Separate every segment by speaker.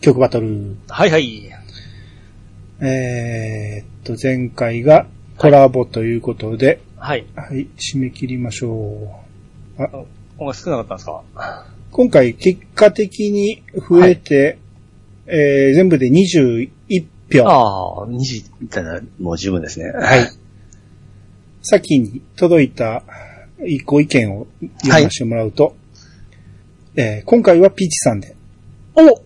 Speaker 1: 曲バトル。
Speaker 2: はいはい。
Speaker 1: えー、っと、前回がコラボということで、
Speaker 2: はい。
Speaker 1: はい、締め切りましょう。あ、
Speaker 2: 音楽少なかったんですか
Speaker 1: 今回結果的に増えて、えー、全部で21票。
Speaker 2: ああ、2時みたいな、もう十分ですね。
Speaker 1: はい。先に届いたご意見を読ませてもらうと、えー今回はピーチさんで、
Speaker 2: お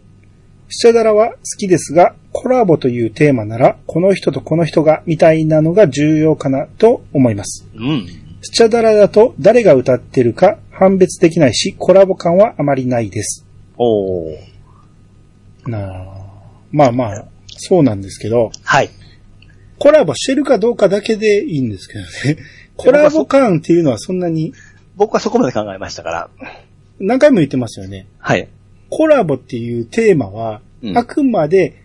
Speaker 1: シャダラは好きですが、コラボというテーマなら、この人とこの人が、みたいなのが重要かなと思います。
Speaker 2: うん。
Speaker 1: スチャダラだと誰が歌ってるか判別できないし、コラボ感はあまりないです。
Speaker 2: おー
Speaker 1: なあまあまあ、そうなんですけど、
Speaker 2: はい。
Speaker 1: コラボしてるかどうかだけでいいんですけどね。コラボ感っていうのはそんなに、
Speaker 2: 僕はそこまで考えましたから。
Speaker 1: 何回も言ってますよね。
Speaker 2: はい。
Speaker 1: コラボっていうテーマは
Speaker 2: う、ん
Speaker 1: あくまで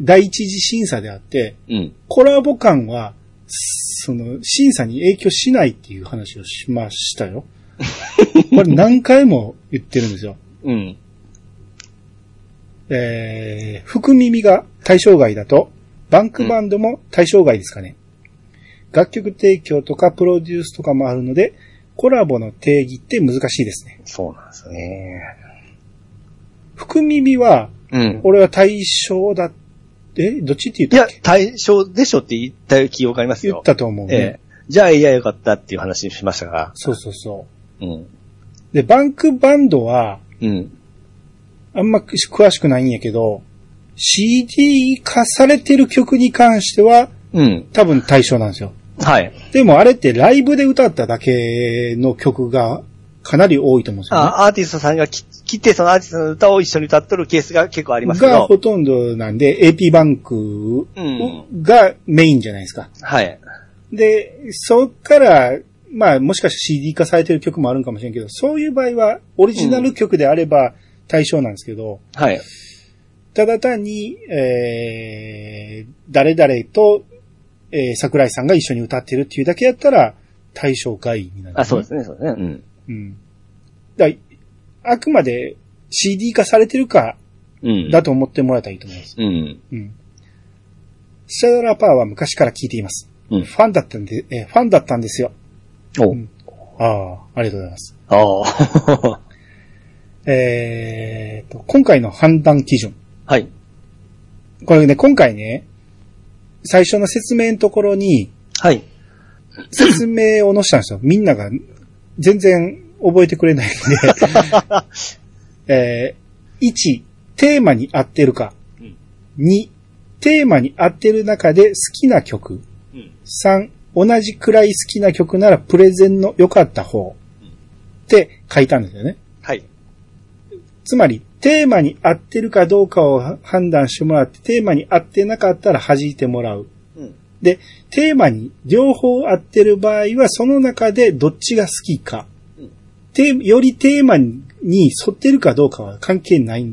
Speaker 1: 第一次審査であって、
Speaker 2: うん。
Speaker 1: コラボ感は、その、審査に影響しないっていう話をしましたよ。これ何回も言ってるんですよ。
Speaker 2: うん。
Speaker 1: えー、福耳が対象外だと、バンクバンドも対象外ですかね。楽曲提供とかプロデュースとかもあるので、コラボの定義って難しいですね。
Speaker 2: そうなんですよね。
Speaker 1: 福耳は、
Speaker 2: うん。
Speaker 1: 俺は対象だ、えどっちって
Speaker 2: い
Speaker 1: 言
Speaker 2: や
Speaker 1: ったっけ、
Speaker 2: 対象でしょって言った記憶あります
Speaker 1: 言っ
Speaker 2: よ。
Speaker 1: たと思うね。
Speaker 2: ええ。じゃあ、いや、よかったっていう話しましたが。
Speaker 1: そうそうそ
Speaker 2: うん。
Speaker 1: う。で、バンクバンドは、
Speaker 2: うん。
Speaker 1: あんま詳しくないんやけど、CD 化されてる曲に関しては
Speaker 2: うん。
Speaker 1: 多分対象なんですよ。
Speaker 2: はい。
Speaker 1: でもあれってライブで歌っただけの曲がかなり多いと思うんですよ、ね。
Speaker 2: あアーティストさんがき来て、そのアーティストの歌を一緒に歌っとるケースが結構ありますけ
Speaker 1: が
Speaker 2: ど
Speaker 1: ほ。とんどなんで AP バンク
Speaker 2: うん
Speaker 1: がメインじゃないですか。
Speaker 2: はい。
Speaker 1: で、そっから、まあもしかしたら CD 化されてる曲もあるんかもしれんけど、そういう場合はオリジナル曲であれば対象なんですけど、
Speaker 2: はい。
Speaker 1: ただ単に、えー、誰々と、えー、桜井さんが一緒に歌ってるっていうだけやったら、対象外になる、
Speaker 2: あ、そうですね、そうですね。うん。
Speaker 1: うん。だあくまで CD 化されてるか、
Speaker 2: うん。
Speaker 1: だと思ってもらえたらいいと思います。
Speaker 2: うん。
Speaker 1: うん。シャドラパーは昔から聞いています。
Speaker 2: うん
Speaker 1: ファンだったんで、えーファンだったんですよ。
Speaker 2: お
Speaker 1: うんああ、ありがとうございます。
Speaker 2: ああ。
Speaker 1: えーと、今回の判断基準。
Speaker 2: はい。
Speaker 1: これね、今回ね、最初の説明のところに、
Speaker 2: はい。
Speaker 1: 説明を載せたんですよ。みんなが全然覚えてくれないん で、えー、1、テーマに合ってるか
Speaker 2: うん。
Speaker 1: 2、テーマに合ってる中で好きな曲。
Speaker 2: うん。
Speaker 1: 3、同じくらい好きな曲ならプレゼンの良かった方。
Speaker 2: うん
Speaker 1: って書いたんですよね。
Speaker 2: はい。
Speaker 1: つまり、テーマに合ってるかどうかをは判断してもらって、テーマに合ってなかったら弾いてもらう。
Speaker 2: うん。
Speaker 1: で、テーマに両方合ってる場合は、その中でどっちが好きか
Speaker 2: うん。
Speaker 1: て、よりテーマに沿ってるかどうかは関係ない。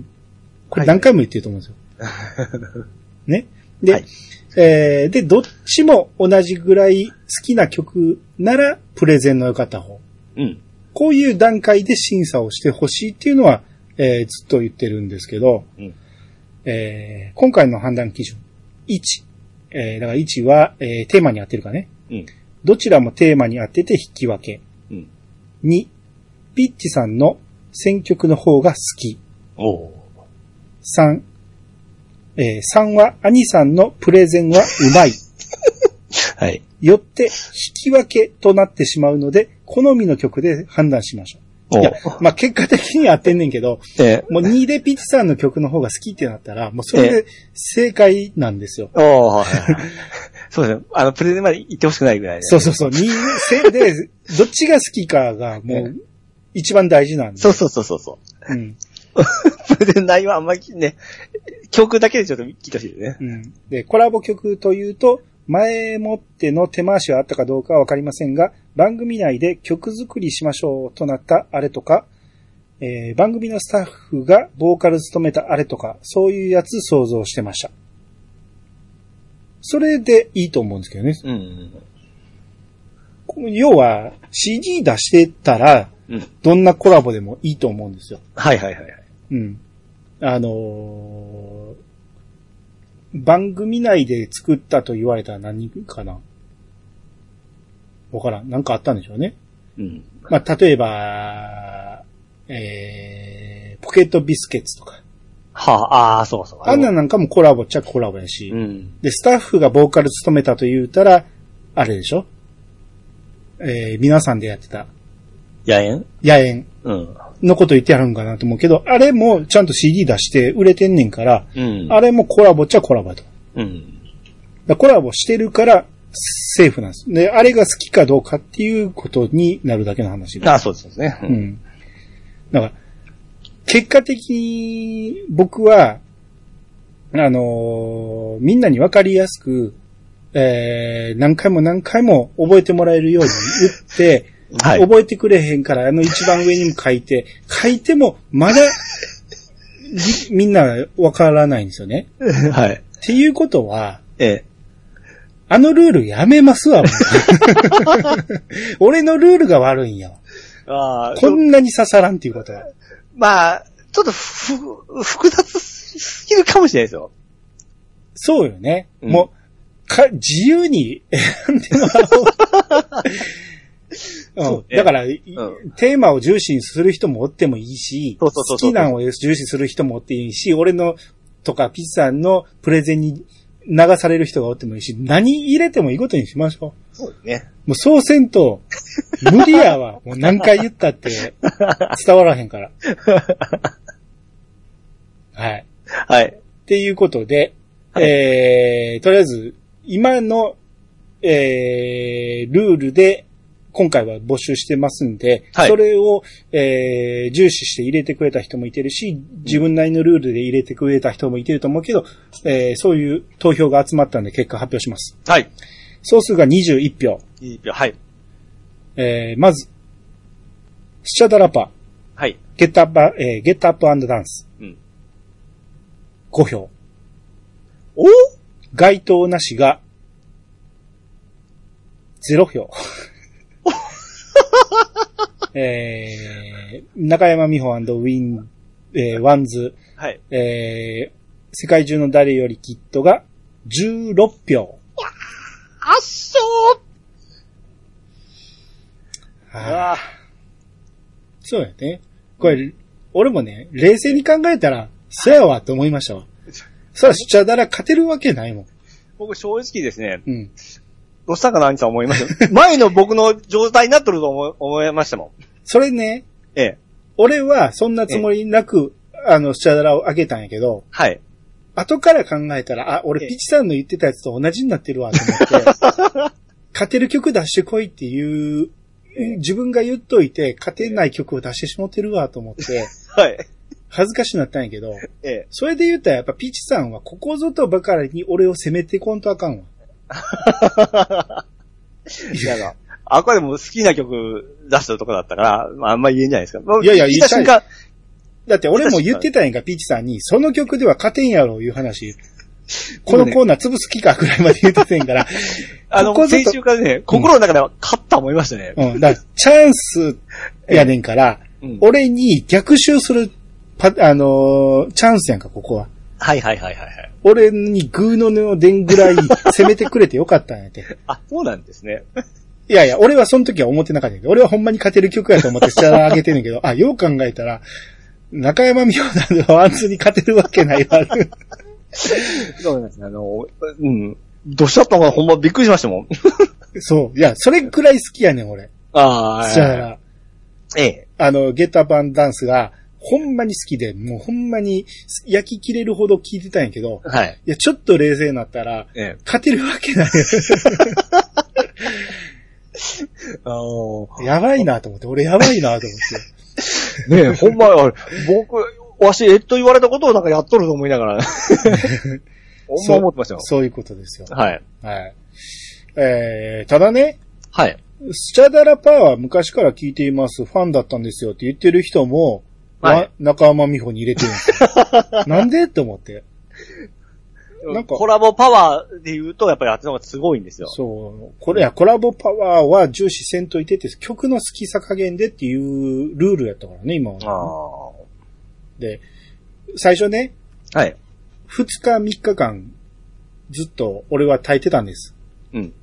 Speaker 1: これ何回も言ってると思うんですよ。ね。で、
Speaker 2: はい
Speaker 1: えーで、どっちも同じぐらい好きな曲なら、プレゼンの良かった方。
Speaker 2: うん。
Speaker 1: こういう段階で審査をしてほしいっていうのは、えーずっと言ってるんですけど、
Speaker 2: うん
Speaker 1: えー今回の判断基準。1。えーだから1は、えーテーマに合ってるかね。
Speaker 2: うん。
Speaker 1: どちらもテーマに合ってて引き分け。
Speaker 2: うん。
Speaker 1: 2。ピッチさんの選曲の方が好き。
Speaker 2: おお。
Speaker 1: 3。えー3は、兄さんのプレゼンはうまい。
Speaker 2: はい。
Speaker 1: よって、引き分けとなってしまうので、好みの曲で判断しましょう。
Speaker 2: お
Speaker 1: いや、まあ、結果的に合ってんねんけど、
Speaker 2: え
Speaker 1: もう2でピッチさんの曲の方が好きってなったら、もうそれで正解なんですよ。
Speaker 2: ー、おお。 そうですね。あの、プレゼンまで行ってほしくないぐらいで。
Speaker 1: そうそうそう。2、せで、どっちが好きかがもう一番大事なんで。
Speaker 2: そうそうそうそうそ
Speaker 1: うん。
Speaker 2: う。 プレゼン内容はあんまりね、教訓だけでちょっと聞いてほしいですね。
Speaker 1: うん。で、コラボ曲というと、前もっての手回しはあったかどうかはわかりませんが、番組内で曲作りしましょうとなったあれとか、えー番組のスタッフがボーカル務めたあれとか、そういうやつ想像してました。それでいいと思うんですけどね。
Speaker 2: うん。
Speaker 1: 要は CD 出してたら、
Speaker 2: うん。
Speaker 1: どんなコラボでもいいと思うんですよ。
Speaker 2: はいはいはいはい。
Speaker 1: うん。あのー番組内で作ったと言われたら何かなわからん。なんかあったんでしょうね。
Speaker 2: うん。
Speaker 1: まあ、例えば、えー、ポケットビスケッツとか。
Speaker 2: はあ、ああ、そうそう。
Speaker 1: あんななんかもコラボっちゃコラボやし。
Speaker 2: うん。
Speaker 1: で、スタッフがボーカル務めたと言うたら、あれでしょえー、皆さんでやってた、
Speaker 2: 野縁
Speaker 1: 野縁
Speaker 2: うん。
Speaker 1: のこと言ってやるんかなと思うけど、あれもちゃんと CD 出して売れてんねんから、
Speaker 2: うん。
Speaker 1: あれもコラボっちゃコラボやと。だか
Speaker 2: うん。
Speaker 1: らコラボしてるから、セーフなんです。で、あれが好きかどうかっていうことになるだけの話で
Speaker 2: ああ、そうですね。う。
Speaker 1: うんん。だから、結果的に僕は、あのーみんなにわかりやすく、えー、何回も何回も覚えてもらえるように言って、
Speaker 2: はい。
Speaker 1: 覚えてくれへんから、あの一番上にも書いて、書いてもまだ、ぎみんなわからないんですよね。
Speaker 2: はい。
Speaker 1: っていうことは、
Speaker 2: ええ。
Speaker 1: あのルールやめますわ、もう 俺のルールが悪いんやわ。
Speaker 2: ああ、
Speaker 1: こんなに刺さらんっていうことは。
Speaker 2: まあ、ちょっとふ、複雑すぎるかもしれないですよ。
Speaker 1: そうよね。
Speaker 2: うん
Speaker 1: もう、か、自由に選んでもらおう。
Speaker 2: そ
Speaker 1: う
Speaker 2: う
Speaker 1: ん、
Speaker 2: ね
Speaker 1: だから、い
Speaker 2: うん
Speaker 1: テーマを重視にする人もおってもいいし、
Speaker 2: そうそうそうそう
Speaker 1: 好きなのを重視する人もおっていいし、俺のとかピッツさんのプレゼンに流される人がおってもいいし、何入れてもいいことにしましょ
Speaker 2: そうですね。
Speaker 1: う。もうそうせんと、無理や わ。もう何回言ったって伝わらへんから。はい。
Speaker 2: はい。
Speaker 1: っていうことで、
Speaker 2: はい
Speaker 1: えー、とりあえず、今の、えー、ルールで、今回は募集してますんで、
Speaker 2: はい
Speaker 1: それを、えー、重視して入れてくれた人もいてるし、自分なりのルールで入れてくれた人もいてると思うけど、えー、そういう投票が集まったんで結果発表します。
Speaker 2: はい。
Speaker 1: 総数が21票。
Speaker 2: いい秒はい。
Speaker 1: えー、まず、スチャダラパ、
Speaker 2: はい。
Speaker 1: ゲットアップ、えー、ゲットアップダンス、
Speaker 2: うん。
Speaker 1: 5票。
Speaker 2: お
Speaker 1: 該当なしが、0票。 えー、中山美穂ウィン、えー、ワンズ、
Speaker 2: はい。
Speaker 1: えー、世界中の誰よりきっとが、16票。
Speaker 2: あっしょー
Speaker 1: はい
Speaker 2: ああ。
Speaker 1: そうやね。これ、俺もね、冷静に考えたら、そやわと思いましたわ。そら、しちゃだら勝てるわけないもん。
Speaker 2: 僕正直ですね、
Speaker 1: うん。
Speaker 2: どうしたんかな、兄さん思いましたよ。 前の僕の状態になっとると思い思いましたもん。
Speaker 1: それね、
Speaker 2: ええ。
Speaker 1: 俺はそんなつもりなく、あの、しちゃだらを開けたんやけど、
Speaker 2: はい。
Speaker 1: 後から考えたら、あ、俺
Speaker 2: ええ
Speaker 1: ピチさんの言ってたやつと同じになってるわと思って、 勝てる曲出してこいっていう、自分が言っといて、勝てない曲を出してしもってるわと思って、
Speaker 2: はい。
Speaker 1: 恥ずかしくなったんやけど、
Speaker 2: ええ。
Speaker 1: それで言ったらやっぱピチさんはここぞとばかりに俺を責めてこんとあかんわ。
Speaker 2: いやな。あくまでも好きな曲出してるとこだったから、まあ、あんま言えんじゃないですか。まあ
Speaker 1: いやいや
Speaker 2: 聞いた
Speaker 1: 言
Speaker 2: 瞬
Speaker 1: いた
Speaker 2: 間、
Speaker 1: だって俺も言ってたんやんか、ピチさんに、その曲では勝てんやろいう話。このコーナー潰す気かぐらいまで言っててんから、
Speaker 2: あの
Speaker 1: ここ、ぞと
Speaker 2: 先週からね、心の中では勝った思いましたね。
Speaker 1: うん、だからチャンスやねんから、
Speaker 2: うん
Speaker 1: 俺に逆襲するパ、あのーチャンスやんか、ここは。
Speaker 2: はいはいはいはいはい。
Speaker 1: 俺にグーの根を出んぐらい攻めてくれてよかったんや て。
Speaker 2: あ、そうなんですね。
Speaker 1: いやいや、俺はその時は思ってなかったけど、俺はほんまに勝てる曲やと思って下上げてんねんけど、あ、よう考えたら、中山美穂なんでワンツーに勝てるわけないわ。
Speaker 2: そうなんですね。あの、うん。どうしちゃったのかほんまびっくりしましたもん。
Speaker 1: そう。いや、それくらい好きやねん、俺。
Speaker 2: あ
Speaker 1: じゃあ、
Speaker 2: ええ。
Speaker 1: あの、ゲットアップアンドダンスが、ほんまに好きで、もうほんまに焼き切れるほど聴いてたんやけど、
Speaker 2: はい。
Speaker 1: いや、ちょっと冷静になったら、
Speaker 2: ええ。
Speaker 1: 勝てるわけない。
Speaker 2: あの
Speaker 1: やばいなと思って、俺やばいなと思って。
Speaker 2: ねえ、ほんま、あれ僕、わし、えっと言われたことをなんかやっとると思いなが ら。ほんま思ってましたよ。
Speaker 1: そういうことですよ。
Speaker 2: はい。
Speaker 1: はい。えー、ただね、
Speaker 2: はい。
Speaker 1: スチャダラパーは昔から聞いています、ファンだったんですよって言ってる人も、
Speaker 2: はい
Speaker 1: わ中山美穂に入れてるんですよ。なんでって思って。なんか
Speaker 2: コラボパワーで言うと、やっぱりあっちの方がすごいんですよ。
Speaker 1: そう。これや、コラボパワーは重視せんといてって、曲の好きさ加減でっていうルールやったからね、今
Speaker 2: あ
Speaker 1: は。で、最初ね、
Speaker 2: あ。はい。
Speaker 1: 2日3日間ずっと俺は耐えてたんです。
Speaker 2: うん。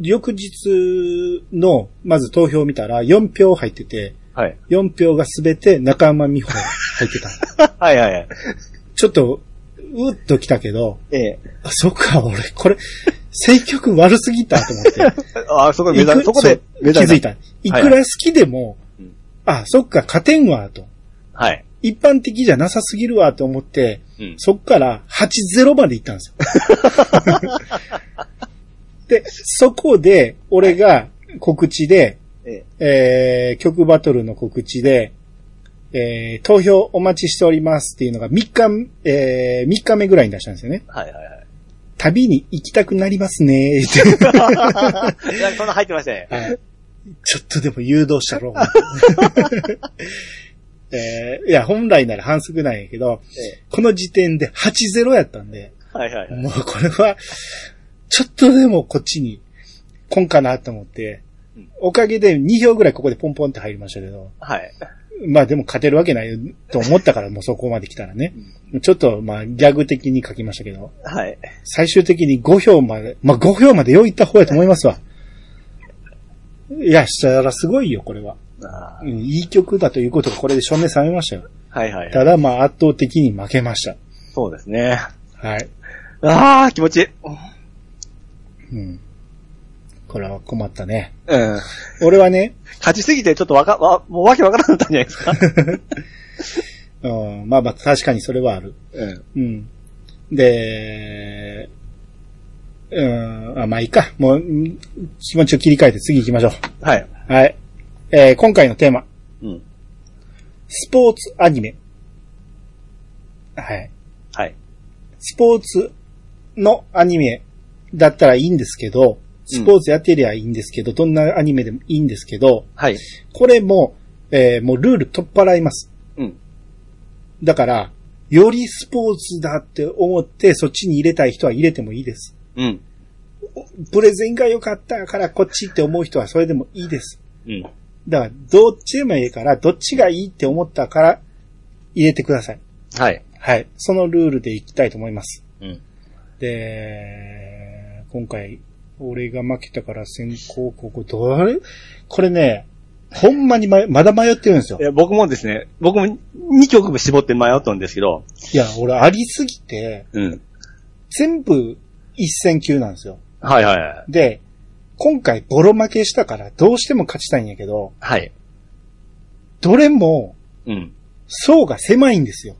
Speaker 1: 翌日の、まず投票を見たら4票入ってて、
Speaker 2: はい。
Speaker 1: 4票がすべて中山美穂入 ってた。
Speaker 2: はいはいはい。
Speaker 1: ちょっと、うっと来たけど、
Speaker 2: ええ。
Speaker 1: あ、そっか、俺、これ、選曲悪すぎたと思って。
Speaker 2: ああ、そこで目
Speaker 1: いく
Speaker 2: 覚め、そこで
Speaker 1: そう
Speaker 2: 目覚
Speaker 1: 気
Speaker 2: め
Speaker 1: づい。た。いくら好きでも
Speaker 2: うん、
Speaker 1: あ、そっか、勝てんわ、と。
Speaker 2: はい。
Speaker 1: 一般的じゃなさすぎるわ、と思って、
Speaker 2: うん。
Speaker 1: そっから8-0まで行ったんですよ。 で、そこで、俺が告知で、
Speaker 2: え
Speaker 1: えー、曲バトルの告知で、えー、投票お待ちしておりますっていうのが3日、えー、3日目ぐらいに出したんですよね。
Speaker 2: はいはいはい。
Speaker 1: 旅に行きたくなりますねーって。
Speaker 2: いや、そんな入ってましたね。
Speaker 1: はいちょっとでも誘導したろう。 えーいや、本来なら反則なんやけど、
Speaker 2: え
Speaker 1: この時点で8-0やったんで、
Speaker 2: え。はいはいはい。
Speaker 1: もうこれは、ちょっとでもこっちに、こんかなと思って
Speaker 2: うん、
Speaker 1: おかげで2票ぐらいここでポンポンって入りましたけど、
Speaker 2: はい。
Speaker 1: まあでも勝てるわけないよと思ったからもうそこまで来たらね。ちょっとまあギャグ的に書きましたけど、
Speaker 2: はい。
Speaker 1: 最終的に5票まで、まあ5票までよういった方やと思いますわ。いや、したらすごいよ、これは。
Speaker 2: あ
Speaker 1: うんいい曲だということがこれで証明されましたよ。
Speaker 2: ーはいはいは
Speaker 1: た
Speaker 2: い。
Speaker 1: だまあ圧倒的に負けました。
Speaker 2: そうですね。
Speaker 1: はい。
Speaker 2: ああ、気持ちいい。
Speaker 1: うん。これは困ったね。
Speaker 2: うん。
Speaker 1: 俺はね、
Speaker 2: 勝ちすぎてちょっとわか、わ、もうわけわからなかったんじゃないですか。
Speaker 1: うん、まあまあ確かにそれはある。
Speaker 2: うん。
Speaker 1: うん。で、うん、あまあいいか。もう、ん気持ちを切り替えて次行きましょ
Speaker 2: はい。
Speaker 1: う。はい。えー今回のテーマ、
Speaker 2: うん。
Speaker 1: スポーツアニメ。はい。
Speaker 2: はい。
Speaker 1: スポーツのアニメだったらいいんですけど、スポーツやってりゃいいんですけど、どんなアニメでもいいんですけど、
Speaker 2: はい。
Speaker 1: これも、えーもうルール取っ払います。
Speaker 2: うん。
Speaker 1: だから、よりスポーツだって思って、そっちに入れたい人は入れてもいいです。
Speaker 2: うん。
Speaker 1: プレゼンが良かったからこっちって思う人はそれでもいいです。
Speaker 2: うん。
Speaker 1: だから、どっちでもいいから、どっちがいいって思ったから、入れてください。
Speaker 2: はい。
Speaker 1: はい。そのルールでいきたいと思います。
Speaker 2: うん。
Speaker 1: で、今回、俺が負けたから先行、ここ、どれこれね、ほんまにま、まだ迷ってるんですよ
Speaker 2: い。や、僕もですね、僕も2曲も絞って迷ったんですけど、
Speaker 1: いや、俺ありすぎて、
Speaker 2: うん。
Speaker 1: 全部一戦級なんですよ。
Speaker 2: はいはいはい。
Speaker 1: で、今回ボロ負けしたからどうしても勝ちたいんやけど、
Speaker 2: はい。
Speaker 1: どれも
Speaker 2: うん。
Speaker 1: 層が狭いんです よ。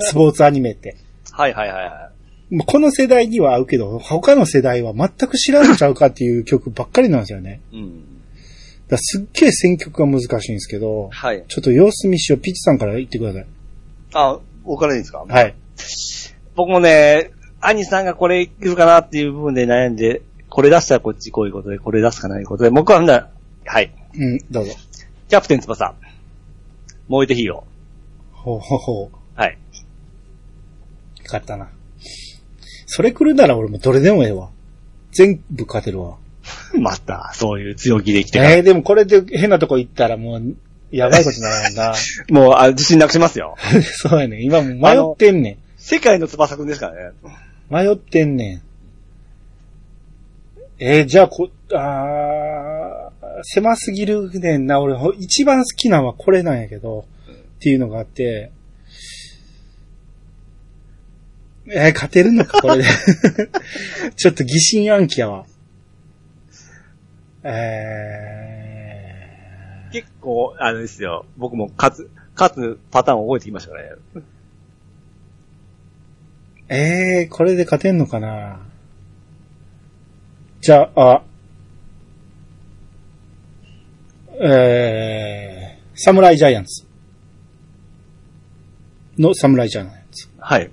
Speaker 1: スポーツアニメって。
Speaker 2: はいはいはいは
Speaker 1: もうこの世代には合うけど、他の世代は全く知らんのちゃうかっていう曲ばっかりなんですよね。
Speaker 2: い。うん。
Speaker 1: だからすっげえ選曲が難しいんですけど、
Speaker 2: はい。
Speaker 1: ちょっと様子見しよう。ピッチさんから言ってください。
Speaker 2: あ、僕からでいいですか
Speaker 1: はい。
Speaker 2: 僕もね、兄さんがこれいくかなっていう部分で悩んで、これ出したらこっちこういうことで、これ出すかないことで、僕はほんならはい。
Speaker 1: うん、どうぞ。
Speaker 2: キャプテン翼。燃えてヒーロ
Speaker 1: ほうほうほう。
Speaker 2: ー。はい。
Speaker 1: 勝ったな。それ来るなら俺もどれでもええわ。全部勝てるわ。
Speaker 2: また、そういう強気で生きてから
Speaker 1: えー、でもこれで変なとこ行ったらもう、やばいことになるもんな。
Speaker 2: もうあ、自信なくしますよ。
Speaker 1: そうやねん。今もう迷ってんね
Speaker 2: 世界の翼くんですからね。
Speaker 1: ん。迷ってんねん。えー、じゃあこ、あー狭すぎるねんな。俺、ほ一番好きなのはこれなんやけど、っていうのがあって、えー、勝てるのか、これで。 ちょっと疑心暗鬼やわ。え
Speaker 2: 結構、あれですよ。僕も勝つ、勝つパターンを覚えてきましたからね。
Speaker 1: ー、えー、これで勝てんのかなじゃあ、あえー、サムライジャイアンツのサムライジャイアンツ
Speaker 2: はい。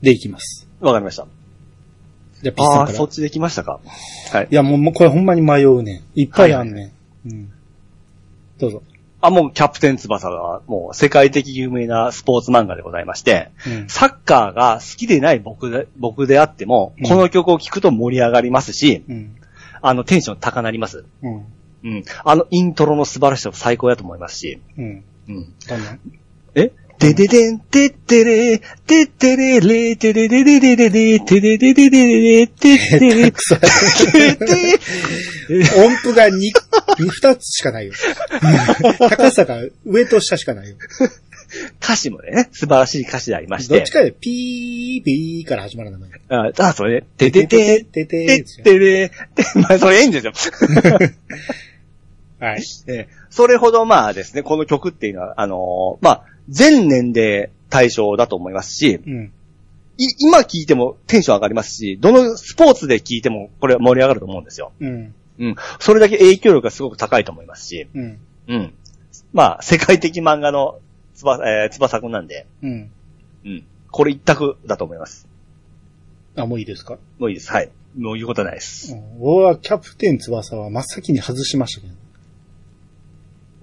Speaker 1: でいきます。
Speaker 2: わかりました。
Speaker 1: じゃあ、ピッ
Speaker 2: あ
Speaker 1: サ
Speaker 2: あー、
Speaker 1: ンか
Speaker 2: そ
Speaker 1: ら
Speaker 2: っ。ちできましたか。はい。
Speaker 1: いや、もう、もうこれほんまに迷うねん。いっぱいあんねん。うん。どうぞ。
Speaker 2: あ、もうキャプテン翼は、もう世界的有名なスポーツ漫画でございまして、
Speaker 1: うん。
Speaker 2: サッカーが好きでない僕で、僕であっても
Speaker 1: うん、
Speaker 2: この曲を聴くと盛り上がりますし、
Speaker 1: うん。
Speaker 2: あの、テンション高なります。
Speaker 1: うん。
Speaker 2: うん。あの、イントロの素晴らしさも最高だと思いますし、
Speaker 1: うん。
Speaker 2: うん。
Speaker 1: どんなん
Speaker 2: えでででん、てってれ、てってれ、れ、てれれれれれれ、てれれれれれれ、てってれ、
Speaker 1: く そ
Speaker 2: てて、
Speaker 1: 音符が2、二二つしかないよ。 高さが上と下しかないよ。
Speaker 2: 歌詞もね、素晴らしい歌詞でありまし
Speaker 1: どってち、かでピー、ピーから始まる名前。
Speaker 2: あ、あそれ、てて
Speaker 1: て
Speaker 2: て、て
Speaker 1: て
Speaker 2: っ、てれ、て、まあ、それいいんですよ。
Speaker 1: はい。
Speaker 2: えーそれほどまあですね、この曲っていうのは、あのーまあ、全年齢対象だと思いますし、
Speaker 1: うん。
Speaker 2: い今聴いてもテンション上がりますし、どのスポーツで聴いてもこれは盛り上がると思うんですよ。
Speaker 1: うん。
Speaker 2: うん。それだけ影響力がすごく高いと思いますし、
Speaker 1: うん。
Speaker 2: うん。まあ、世界的漫画のつば、えー、つばさくんなんで、
Speaker 1: うん。
Speaker 2: うん。これ一択だと思います。
Speaker 1: あ、もういいですか
Speaker 2: もういいです。はい。もう言うことないです。
Speaker 1: うん俺はキャプテン翼は真っ先に外しましたけど、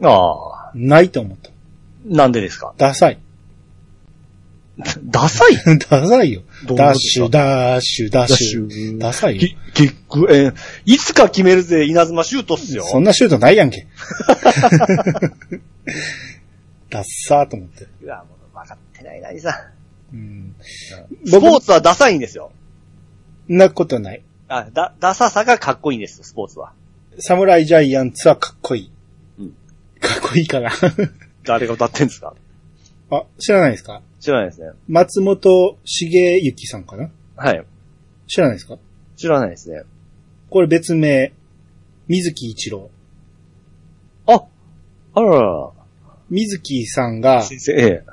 Speaker 2: ああ。
Speaker 1: ないと思った。
Speaker 2: なんでですか
Speaker 1: ダサい。
Speaker 2: ダサい
Speaker 1: ダサいよ。
Speaker 2: どういうこと
Speaker 1: ダ
Speaker 2: で
Speaker 1: ッ
Speaker 2: す
Speaker 1: シ
Speaker 2: か
Speaker 1: ュ、ダッシュ、ダッシュ。
Speaker 2: ュ
Speaker 1: ダサいよ。
Speaker 2: き結局、えーいつか決めるぜ、稲妻シュートっすよ。
Speaker 1: そんなシュートないやんけ。 ダッサーと思って。
Speaker 2: いや、もう分かってないな、いさ。
Speaker 1: うん。
Speaker 2: スポーツはダサいんですよ。
Speaker 1: そんなことない。
Speaker 2: あ、だ、ダサさがかっこいいんです、スポーツは。
Speaker 1: サムライジャイアンツはかっこいい。
Speaker 2: うん
Speaker 1: かっこいいか な。
Speaker 2: 誰が歌ってんですか
Speaker 1: あ、知らないですか
Speaker 2: 知らないですね。
Speaker 1: 松本茂之さんかな
Speaker 2: はい。
Speaker 1: 知らないですか
Speaker 2: 知らないですね。
Speaker 1: これ別名、水木一郎。
Speaker 2: あ、あらら
Speaker 1: 水木さん
Speaker 2: ら。
Speaker 1: が、
Speaker 2: 先生、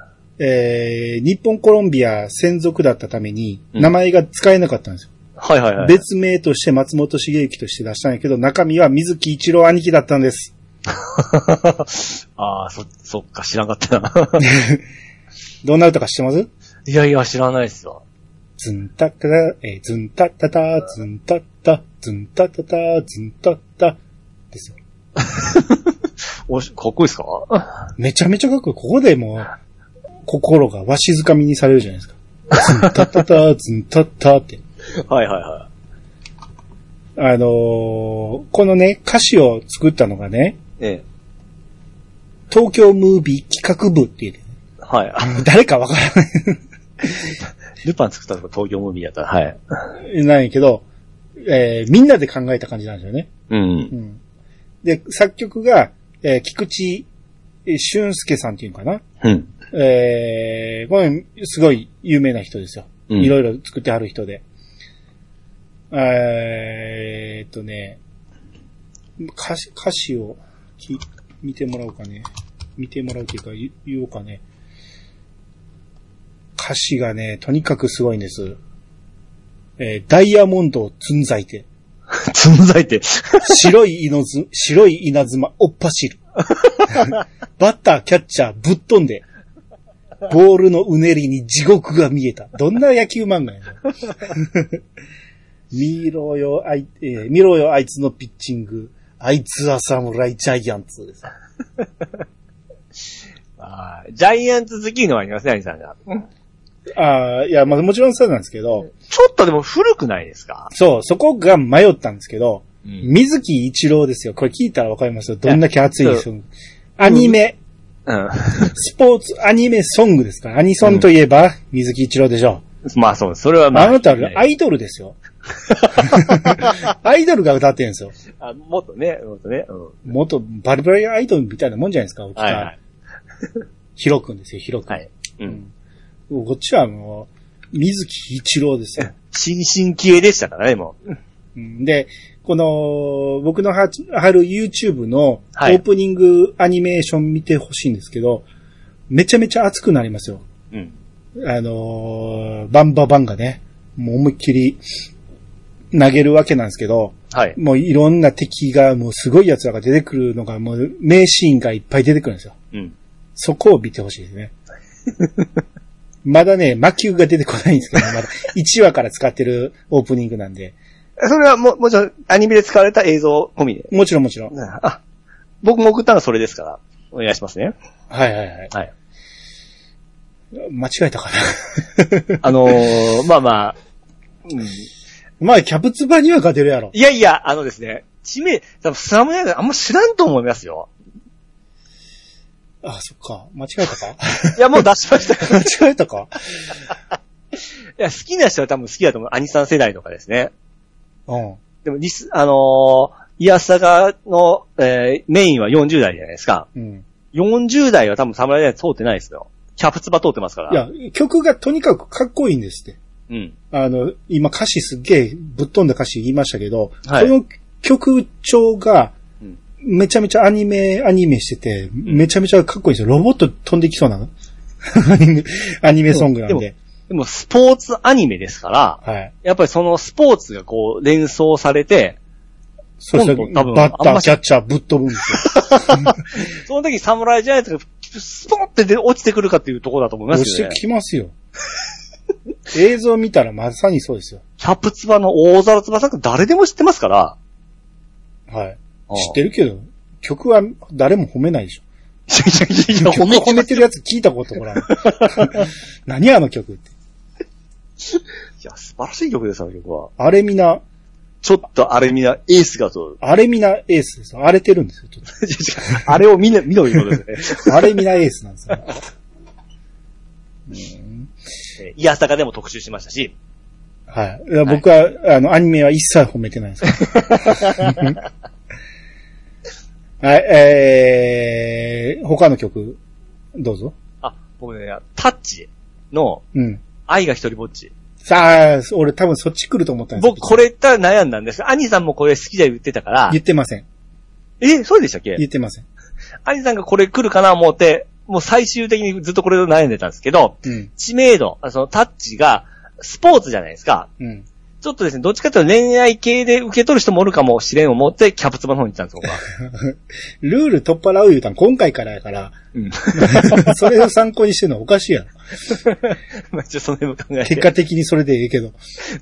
Speaker 2: え
Speaker 1: えー、日本コロンビア専属だったために、
Speaker 2: うん
Speaker 1: 名前が使えなかったんですよ。
Speaker 2: えはいはいはい。
Speaker 1: 別名として松本茂之として出したんやけど、中身は水木一郎兄貴だったんです。
Speaker 2: ああ、そ、そっか、知らんかった な。
Speaker 1: どんな歌か知ってます
Speaker 2: いやいや、知らないですよ。
Speaker 1: ズンタタタ、えーズンタタタ、ズンタタ、ズンタタタ、ズンタタ、ですよ。
Speaker 2: おし、かっこいい ですか
Speaker 1: めちゃめちゃかっこいい。ここでもう、心がわしづかみにされるじゃないですか。ズンタタ タ、ズンタタって。
Speaker 2: はいはいは
Speaker 1: あのーこのね、歌詞を作ったのがね、
Speaker 2: い。ええ。
Speaker 1: 東京ムービー企画部っていうね、
Speaker 2: はい。あ
Speaker 1: 誰かわから
Speaker 2: ルパン作ったのが東京ムービーやったら、はい。
Speaker 1: ない、なんやけど、えーみんなで考えた感じなんですよね。
Speaker 2: うん
Speaker 1: う。ん。で、作曲が、えー菊池えー俊介さんっていうのかな
Speaker 2: うん。
Speaker 1: えー、これ、すごい有名な人ですよ。
Speaker 2: うん
Speaker 1: いろいろ作ってはる人で。えーっとね、歌詞、歌詞を聞い見てもらおうかね。見てもらうというか、言言おうかね。歌詞がね、とにかくすごいんです。えーダイヤモンドをつんざいて、
Speaker 2: つむざいて。
Speaker 1: 白い稲妻、白い稲妻、おっ走 る。バッター、キャッチャー、ぶっ飛んで。ボールのうねりに地獄が見えた。どんな野球漫画やね ん見ろよ、あい、えー見ろよ、あいつのピッチング。あいつは侍ジャイアンツです。
Speaker 2: ああ、ジャイアンツ好きのはありますね、兄さんが。
Speaker 1: ああ、いや、まあもちろんそうなんですけど、
Speaker 2: ちょっとでも古くないですか
Speaker 1: そう、そこが迷ったんですけど、
Speaker 2: うん。
Speaker 1: 水木一郎ですよ。これ聞いたらわかりますよ。どんだけ熱いですよ。アニメ、スポーツアニメソングですから。アニソンといえば、水木一郎でしょ
Speaker 2: まあそう、それは
Speaker 1: う。
Speaker 2: まあ。
Speaker 1: あなたはア
Speaker 2: あ
Speaker 1: イドルです よ。アイドルが歌ってるんですよ。
Speaker 2: あ、もっとね、もっとね。うん。
Speaker 1: 元バリバリアイドルみたいなもんじゃないですか。
Speaker 2: はいはい。
Speaker 1: ヒロ君ですよ、ヒロ君。
Speaker 2: はい。うん。
Speaker 1: こっちはもう、水木一郎ですよ。
Speaker 2: 新進気鋭でしたからね、もう。
Speaker 1: うんで、この、僕のは春 YouTube のオ
Speaker 2: はい
Speaker 1: ープニングアニメーション見てほしいんですけど、めちゃめちゃ熱くなりますよ。
Speaker 2: うん。
Speaker 1: あのーバンババンがね、もう思いっきり投げるわけなんですけど、
Speaker 2: はい。
Speaker 1: もういろんな敵が、もうすごい奴らが出てくるのが、もう名シーンがいっぱい出てくるんですよ。
Speaker 2: うん。
Speaker 1: そこを見てほしいですね。まだね、魔球が出てこないんですけど、まだ1話から使ってるオープニングなんで、
Speaker 2: それはもう、もちろん、アニメで使われた映像込みで。
Speaker 1: もちろんもちろん。はい
Speaker 2: あ、僕も送ったのはそれですから。お願いしますね。
Speaker 1: はいはい。
Speaker 2: はい。
Speaker 1: 間違えたかな。
Speaker 2: あのー、まあまあ。うん。い
Speaker 1: まあ、キャブツバには勝てるやろ。
Speaker 2: やいや、あ のですね、地名、多分スラムヤングあんま知らんと思いますよ。
Speaker 1: あ、そっか。間違えたか
Speaker 2: いや、もう出しましたよ。
Speaker 1: 間違えたか
Speaker 2: いや、好きな人は多分好きだと思う。アニさん世代とかですね。
Speaker 1: うん。
Speaker 2: でも、リス、あのー、イヤサガの、えーメインは40代じゃないですか。
Speaker 1: うん。
Speaker 2: 40代は多分侍代通ってないですよ。キャプツバ通ってますから。
Speaker 1: いや、曲がとにかくかっこいいんですって。
Speaker 2: うん。
Speaker 1: あの、今歌詞すっげえぶっ飛んだ歌詞言いましたけど、
Speaker 2: はい
Speaker 1: この曲調が
Speaker 2: うん、
Speaker 1: めちゃめちゃアニメ、アニメしてて、めちゃめちゃかっこいいんですよ。ロボット飛んできそうなの アニメ、アニメソングなん
Speaker 2: で
Speaker 1: で。
Speaker 2: でも、スポーツアニメですから、
Speaker 1: はい。
Speaker 2: やっぱりそのスポーツがこう、連想されて、
Speaker 1: そうした
Speaker 2: 今度多
Speaker 1: ら、
Speaker 2: 分
Speaker 1: バッ
Speaker 2: あ
Speaker 1: タ
Speaker 2: んま
Speaker 1: ー、
Speaker 2: し
Speaker 1: キャッチャーぶっ飛ぶんですよ。
Speaker 2: その時侍ジャイアンツが、スポンってで落ちてくるかっていうところだと思いま
Speaker 1: 押
Speaker 2: す
Speaker 1: し
Speaker 2: よ
Speaker 1: て
Speaker 2: ね。
Speaker 1: きますよ。 映像見たらまさにそうですよ。
Speaker 2: キャプツバの大皿翼が誰でも知ってますから。
Speaker 1: はい。
Speaker 2: 知
Speaker 1: 知ってるけど、曲は誰も褒めないでしょ。
Speaker 2: いやいやいや、
Speaker 1: 曲
Speaker 2: 褒め、
Speaker 1: 褒めてるやつ聞いたこと ほらん。何あの曲って。
Speaker 2: いや、素晴らしい曲です、あの曲は。
Speaker 1: あれみな、
Speaker 2: ちょっとあれみんな、エースがと、
Speaker 1: あれみなエースです。荒れてるんですよ。ちょっ
Speaker 2: あれを見な、見ろいうことですね。
Speaker 1: とあれみなエースなんですよ、ね。
Speaker 2: えーイヤサカでも特集しましたし、
Speaker 1: はい。いや僕は、あの、アニメは一切褒めてない ですから。はい、えー、他の曲、どうぞ。
Speaker 2: あ、僕ね、タッチの
Speaker 1: うん。
Speaker 2: 愛が一人ぼっち。
Speaker 1: さあ、俺多分そっち来ると思ったんです
Speaker 2: 僕これ言ったら悩んだんですけど、兄さんもこれ好きじゃ言ってたから
Speaker 1: 言、ってません。
Speaker 2: え、そうでしたっけ
Speaker 1: 言ってません。
Speaker 2: 兄さんがこれ来るかな思って、もう最終的にずっとこれで悩んでたんですけど、
Speaker 1: うん。
Speaker 2: 知名度、あそのタッチが、スポーツじゃないですか。
Speaker 1: うん。
Speaker 2: ちょっとですね、どっちかというと恋愛系で受け取る人もおるかもしれん思って、キャプツバの方に行ったんです、僕は。
Speaker 1: ルール取っ払う言うたん今回からや から、
Speaker 2: うん。
Speaker 1: それを参考にしてるのはおかしいやろ。
Speaker 2: まあ、ちょっとその辺も考 えて。
Speaker 1: 結果的にそれでええけど。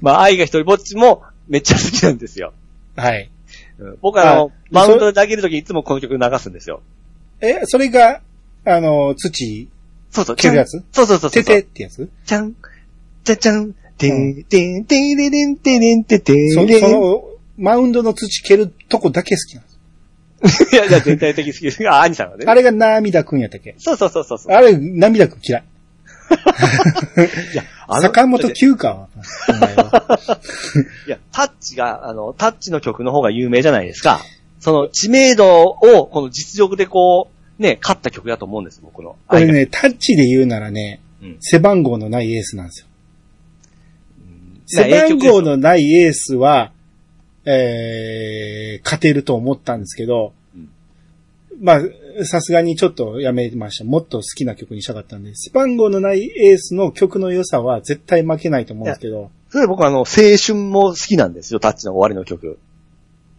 Speaker 2: まあ、愛が一人ぼっちもめっちゃ好きなんですよ。
Speaker 1: はい。
Speaker 2: うん僕はあの
Speaker 1: あ、
Speaker 2: マウントで投げるときいつもこの曲流すんですよ。
Speaker 1: え、それが、あの、土、
Speaker 2: そうそう。
Speaker 1: 蹴るやつ
Speaker 2: そうそうそうそう。
Speaker 1: ててってやつ
Speaker 2: ちゃん、ちゃちゃん、て
Speaker 1: うん
Speaker 2: ん、てん、てん、てん、てん、てん、てん、てん。
Speaker 1: そその、マウンドの土蹴るとこだけ好きなんです。
Speaker 2: いや、いや、全体的に好きです。あ、兄さんはね
Speaker 1: あ。れが涙くんやったっけ
Speaker 2: そうそうそうそうそう。
Speaker 1: あれ、涙くん嫌い。
Speaker 2: いや、あの
Speaker 1: 坂本九か は。お前は
Speaker 2: いや、タッチが、あの、タッチの曲の方が有名じゃないですか。その、知名度を、この実力でこう、ね、勝った曲だと思うんです、僕の。
Speaker 1: これ
Speaker 2: 愛が。
Speaker 1: ね、タッチで言うならね、
Speaker 2: うん
Speaker 1: 背番号のないエースなんですよ。背
Speaker 2: まあ
Speaker 1: 番号、のないエースは、えー、勝てると思ったんですけど、
Speaker 2: うん
Speaker 1: まあ、さすがにちょっとやめました。もっと好きな曲にしたかったんで、背番号のないエースの曲の良さは絶対負けないと思うんですけど、
Speaker 2: それ僕あの、青春も好きなんですよ、タッチの終わりの曲。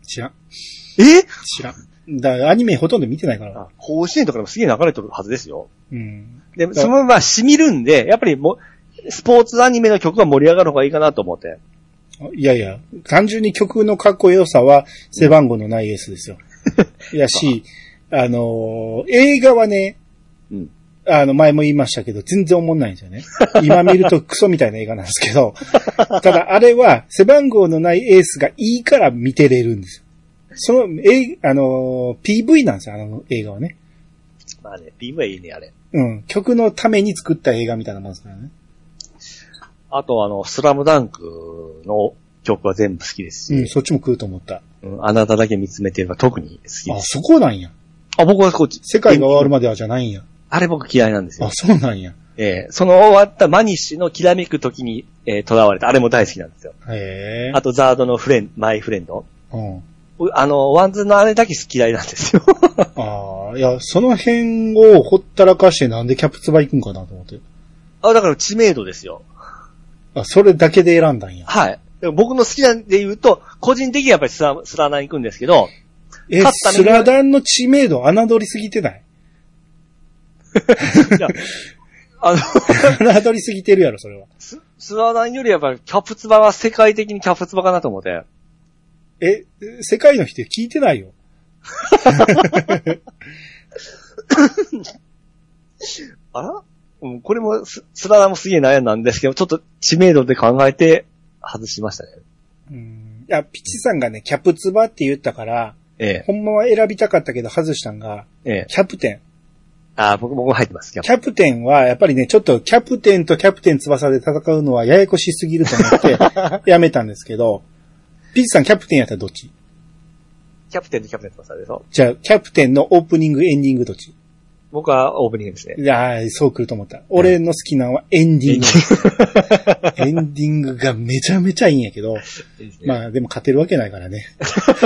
Speaker 1: 知らん。
Speaker 2: え
Speaker 1: 知らん。だからアニメほとんど見てないから。
Speaker 2: あ甲子園とかでもすげえ流れてるはずですよ。
Speaker 1: うん。
Speaker 2: で、そのまま染みるんで、やっぱりもう、スポーツアニメの曲が盛り上がる方がいいかなと思って。
Speaker 1: いやいや、単純に曲のかっこよさは背番号のないエースです よ。いやし、あのー映画はね、
Speaker 2: うん
Speaker 1: あの、前も言いましたけど、全然思んないんです よね。今見るとクソみたいな映画なんですけど、ただあれは背番号のないエースがいいから見てれるんですよ。その、え、あのー PV なんですよ、あの映画はね。
Speaker 2: まあね、PV いいね、あれ。
Speaker 1: うん、曲のために作った映画みたいなもんですからね。
Speaker 2: あとあの、スラムダンクの曲は全部好きですし、
Speaker 1: うん、そっちも来ると思った。
Speaker 2: うんあなただけ見つめてるのは特に好きです
Speaker 1: あ、。そこなんや。
Speaker 2: あ、僕はこっち。
Speaker 1: 世界が終わるまではじゃないんや。
Speaker 2: あれ僕嫌いなんです
Speaker 1: あ
Speaker 2: よ、。
Speaker 1: そうなんや。
Speaker 2: ええその終わったマニッシュのきらめく時に、えー、囚われた。あれも大好きなんですよ。
Speaker 1: へえ。
Speaker 2: あと、ザードのフレン、マイフレンド。
Speaker 1: うん。
Speaker 2: うあの、ワンズのあれだけ嫌いなんで すよ。
Speaker 1: ああ、いや、その辺をほったらかしてなんでキャプツバ行くんかなと思って。
Speaker 2: あ、だから知名度ですよ。
Speaker 1: あ、それだけで選んだんや。
Speaker 2: はい。でも僕の好きなんで言うと、個人的にはやっぱりスラスラナに行くんですけど、
Speaker 1: え
Speaker 2: 勝、った
Speaker 1: ス
Speaker 2: ね
Speaker 1: ラダンの知名度侮りすぎて ない
Speaker 2: いや、あ の、
Speaker 1: 侮りすぎてるやろ、それは。
Speaker 2: ススラナよりやっぱりキャプツバは世界的にキャプツバかなと思って。
Speaker 1: え、世界の人聞いてないよ。
Speaker 2: あらうんこれもス、スラナもすげえ悩んだんですけど、ちょっと知名度で考えて外しましたね。
Speaker 1: うん。いや、ピチさんがね、キャプツバって言ったから、
Speaker 2: え
Speaker 1: ほんまは選びたかったけど外したんが、
Speaker 2: え、ええ。
Speaker 1: キャプテン。
Speaker 2: あー僕僕も入ってます。キャプ
Speaker 1: キャプテンは、やっぱりね、ちょっとキャプテンとキャプテン翼で戦うのはややこしすぎると思 って、やめたんですけど、ピッチさんキャプテンやったらどっち
Speaker 2: キャプテンとキャプテンとさでしょ
Speaker 1: じゃあ、キャプテンのオープニング、エンディングどっち
Speaker 2: 僕はオープニングですね。
Speaker 1: いやーそう来ると思った。俺の好きなのはエンディング。エンディングがめちゃめちゃいいんやけど、
Speaker 2: あ、
Speaker 1: まあでも勝てるわけないからね。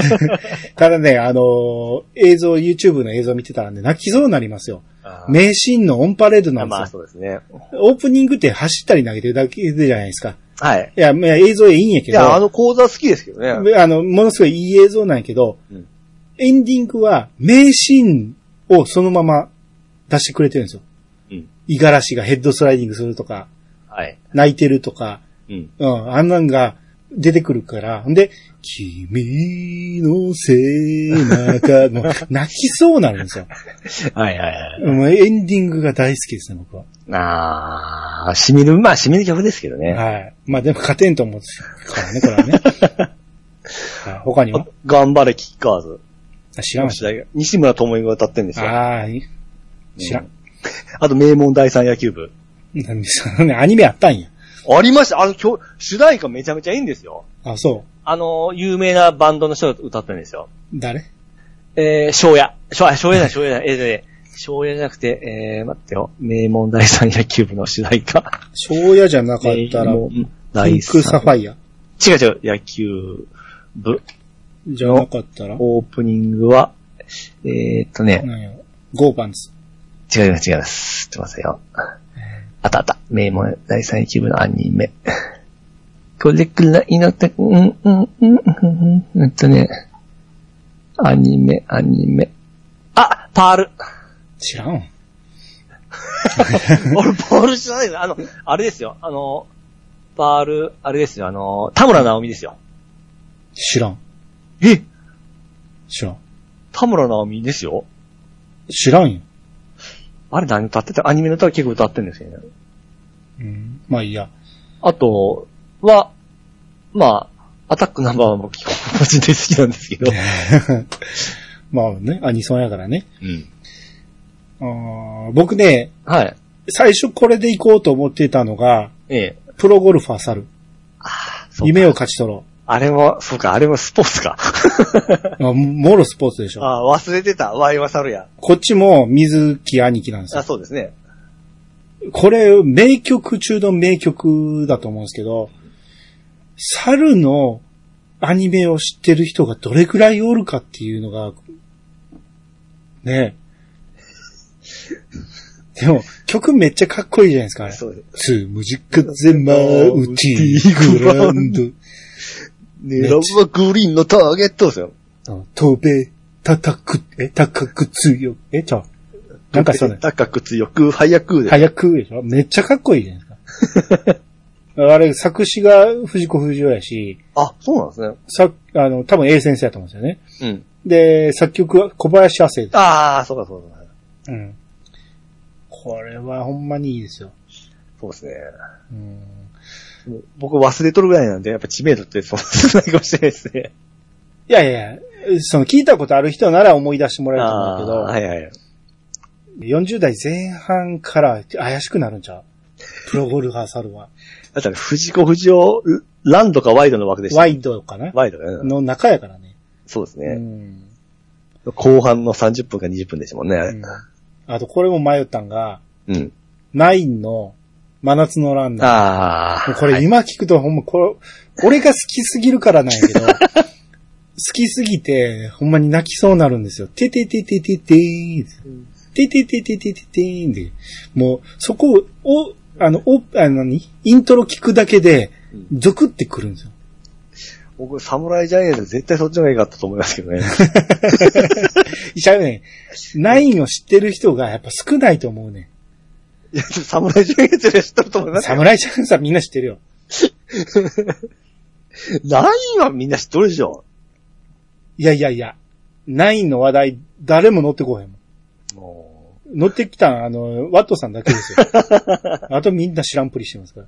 Speaker 1: ただね、あのー映像、YouTube の映像見てたらね、泣きそうになりますよ。
Speaker 2: あー
Speaker 1: 名シーンのオンパレードなん
Speaker 2: まあ
Speaker 1: ですよ。
Speaker 2: そうですね。
Speaker 1: オープニングって走ったり投げてるだけじゃないですか。
Speaker 2: はい。
Speaker 1: いや、まあ映像いいんや
Speaker 2: い
Speaker 1: けど、
Speaker 2: や、あ
Speaker 1: あ
Speaker 2: の講座好きですけどね。
Speaker 1: の、ものすごいいい映像なんやけど、
Speaker 2: うん
Speaker 1: エンディングは名シーンをそのまま出してくれてるんですよ。
Speaker 2: うん
Speaker 1: 五十嵐がヘッドスライディングするとか、
Speaker 2: はい。
Speaker 1: 泣いてるとか、
Speaker 2: うん。
Speaker 1: うん、あんなんが出てくるから、んで、君の背中 の、泣きそうなるんですよ。
Speaker 2: はいはいはい。
Speaker 1: もうエンディングが大好きですね、僕は。
Speaker 2: ああ、しみる、まあしみる曲ですけどね。
Speaker 1: はい。まあでも勝てんと思うからね、これはね。 はい、他には
Speaker 2: 頑張れキッカーズ。
Speaker 1: あ知らんわ。
Speaker 2: 西村智美が歌ってるんですよ。
Speaker 1: ああ、い知ら。
Speaker 2: うん あと、名門第三野球部。
Speaker 1: なんでそのね、アニメあった んや。
Speaker 2: ありました。あの、今日、主題歌めちゃめちゃいいんですよ。
Speaker 1: あ、そ
Speaker 2: あの、有名なバンドの人が歌ってるんですよ。
Speaker 1: う。誰
Speaker 2: えー、翔也。翔 也、翔也じゃない、翔也じゃない、えーえー、翔也じゃなくて、えー、待ってよ。名門第三野球部の主題歌。
Speaker 1: 昭夜じゃなかったら
Speaker 2: 名、門
Speaker 1: ピン
Speaker 2: 第
Speaker 1: ク
Speaker 2: 三。
Speaker 1: サファイア。
Speaker 2: 違う違う、野球部。
Speaker 1: じゃなかったら、
Speaker 2: オープニングは、えー、っとね、
Speaker 1: なんや、ゴーパンツ。
Speaker 2: 違います、違います。ちょっと待ってよ。あったあった。名門第三一部のアニメ。これくらいのた、うん、うん、うん、うん、うん、えっとね。アニメ、アニメ。あパール
Speaker 1: 知らんわ。
Speaker 2: 俺、パール知らないです。あの、あれですよ。あの、パール、あれですよ。あの、田村直美ですよ。
Speaker 1: 知らん。
Speaker 2: え
Speaker 1: 知らん。
Speaker 2: 田村直美ですよ
Speaker 1: 知らんよ。
Speaker 2: あれ何歌ってたアニメの歌は結構歌ってるんですよね。
Speaker 1: うん。まあいいや。
Speaker 2: あとは、まあ、アタックナンバーワンも結構個人的に好きなんですけど。
Speaker 1: まあね、アニソンやからね。あ
Speaker 2: うん。
Speaker 1: ー僕ね、
Speaker 2: はい。
Speaker 1: 最初これで行こうと思ってたのが、
Speaker 2: ええ。
Speaker 1: プロゴルファー猿。
Speaker 2: そうか
Speaker 1: 夢を勝ち取ろ
Speaker 2: あれも、そうか、あれもスポーツか。
Speaker 1: う。あもろスポーツでしょ。
Speaker 2: あ忘れてた。ワイワサルや。
Speaker 1: こっちも水木兄貴なんですよ
Speaker 2: あ、。そうですね。
Speaker 1: これ、名曲中の名曲だと思うんですけど、猿のアニメを知ってる人がどれくらいおるかっていうのが、ねえ。でも、曲めっちゃかっこいいじゃないですか、あれ。
Speaker 2: そうです。
Speaker 1: つむじかぜまうちグラウ ンド
Speaker 2: ねラブはグリーンのターゲットですよ。
Speaker 1: の飛べ、叩く、え、高く強く、え、ちょ、なんかそうだね
Speaker 2: 高く強く、早くで。
Speaker 1: 早くでしょめっちゃかっこいいじゃないで すか。あれ、作詞が藤子不二雄やし、
Speaker 2: あ、そうなんです
Speaker 1: さ、
Speaker 2: ね。
Speaker 1: あの、多分 A 先生やと思うんですよね。
Speaker 2: うん。
Speaker 1: で、作曲は小林亜生です。
Speaker 2: ああ、そうか、そうか。
Speaker 1: うん。これはほんまにいいですよ。
Speaker 2: そうですね。
Speaker 1: うん。
Speaker 2: もう僕忘れとるぐらいなんで、やっぱ知名度ってそう少ないかもしれないですね。
Speaker 1: いやいやいや、その聞いたことある人なら思い出してもらえると思うけど、
Speaker 2: あーはいはいはい。
Speaker 1: 40代前半から怪しくなるんちゃうプロゴルファー猿は。
Speaker 2: だったら、藤子不二雄、ランドかワイドの枠 でした。
Speaker 1: ワ
Speaker 2: イ
Speaker 1: イドかな
Speaker 2: ド。ワイドだよね。
Speaker 1: の中やからね。
Speaker 2: そうです
Speaker 1: う
Speaker 2: ね。
Speaker 1: ん。
Speaker 2: 後半の30分か20分でしたもんね、あ
Speaker 1: う
Speaker 2: れ
Speaker 1: んあと、これも迷ったんが、
Speaker 2: うん。
Speaker 1: ナインの真夏のランナー。
Speaker 2: あ
Speaker 1: も
Speaker 2: あ。
Speaker 1: うこれ今聞くとほんま、これ、俺が好きすぎるからなんや けど、好きすぎて、ほんまに泣きそうになるんですよ。ててててててーん。てててててててーんで。もう、そこを、あの、お、あの、何イントロ聞くだけで、ゾクってくるんですよ。
Speaker 2: 僕、サムライジャイアンツ絶対そっちの方が良かったと思いますけど ね。
Speaker 1: いやね、ナインを知ってる人がやっぱ少ないと思うね。
Speaker 2: いや、サムライジャイアンツより知ってると思いますよ。
Speaker 1: 侍ちゃんさみんな知ってるよ。
Speaker 2: ナインはみんな知っとるでしょ。
Speaker 1: いやいやいや、ナインの話題、誰も乗ってこへんもん。
Speaker 2: も
Speaker 1: 乗ってきたん、あの、ワットさんだけですよ。 あとみんな知らんぷりしてますから。
Speaker 2: う。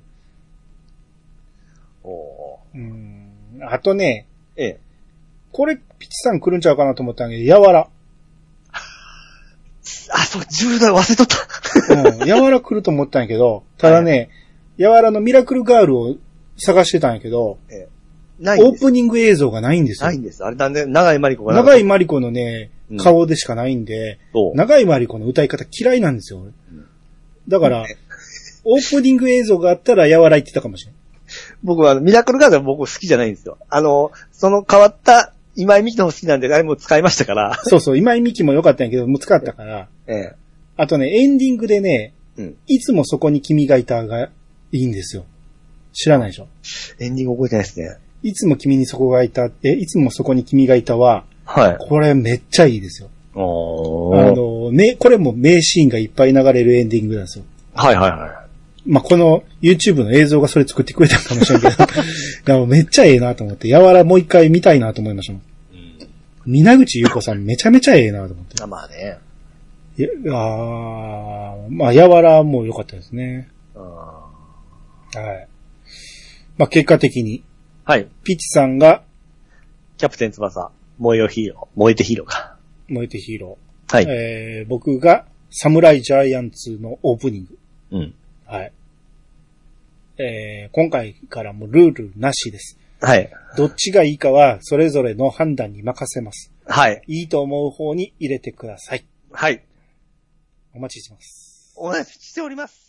Speaker 2: お
Speaker 1: うん。あとね、
Speaker 2: ーええ。
Speaker 1: これ、ピチさん来るんちゃうかなと思ったんやけど、やわら。
Speaker 2: あ、そう、10代忘れとった。
Speaker 1: うん。ヤワラ来ると思ったんやけど、ただね、ヤワラのミラクルガールを探してたんやけど、
Speaker 2: ないん
Speaker 1: オ
Speaker 2: で
Speaker 1: ー
Speaker 2: す。
Speaker 1: プニング映像がないんですよ
Speaker 2: ない。んです。あれなんで、長井まりこが
Speaker 1: 長
Speaker 2: い
Speaker 1: 井まりこのね
Speaker 2: うん、
Speaker 1: 顔でしかないんで、
Speaker 2: と、
Speaker 1: 長井まりこの歌い方嫌いなんですよ、俺だから、オープニング映像があったら和らいってたかも しれん。
Speaker 2: 僕はあのミラクルガーデン僕好きじゃないんですよ。あの、その変わった今井美樹の方好きなんで、あれもう使いましたから。
Speaker 1: そうそう、今井美樹も良かったんやけど、もう使ったから。
Speaker 2: ええ。
Speaker 1: あとね、エンディングでね、
Speaker 2: うん。
Speaker 1: いつもそこに君がいたがいいんですよ。知らないでしょ。
Speaker 2: エンディング覚えてないですね。
Speaker 1: いつも君にそこがいた、え、いつもそこに君がいたは、
Speaker 2: はい。
Speaker 1: これめっちゃいいですよ。あ
Speaker 2: おー。
Speaker 1: の、ね、これも名シーンがいっぱい流れるエンディングなんですよ。
Speaker 2: はいはいは
Speaker 1: まあ、この YouTube の映像がそれ作ってくれたかもしれん けど、いやもうめっちゃええなと思って、やわらもう一回見たいなと思いましたもん。
Speaker 2: い。うん。
Speaker 1: 皆口優子さんめちゃめちゃええなと思って。
Speaker 2: あまあね。
Speaker 1: いや、あーまあ、やわらも良かったですね。
Speaker 2: あ
Speaker 1: はい。まあ、結果的に、
Speaker 2: ーはい。
Speaker 1: ピチさんが
Speaker 2: キャプテン翼、燃えよヒーロー、燃えてヒーローか。
Speaker 1: 燃えてヒーロ
Speaker 2: は
Speaker 1: ー。
Speaker 2: い。
Speaker 1: えー、僕がサムライジャイアンツのオープニング。
Speaker 2: うん。
Speaker 1: はい。えー、今回からもルールなしです。
Speaker 2: はい。
Speaker 1: どっちがいいかは、それぞれの判断に任せます。
Speaker 2: はい。
Speaker 1: いいと思う方に入れてください。
Speaker 2: はい。
Speaker 1: お待ちしてます。
Speaker 2: お話ししております。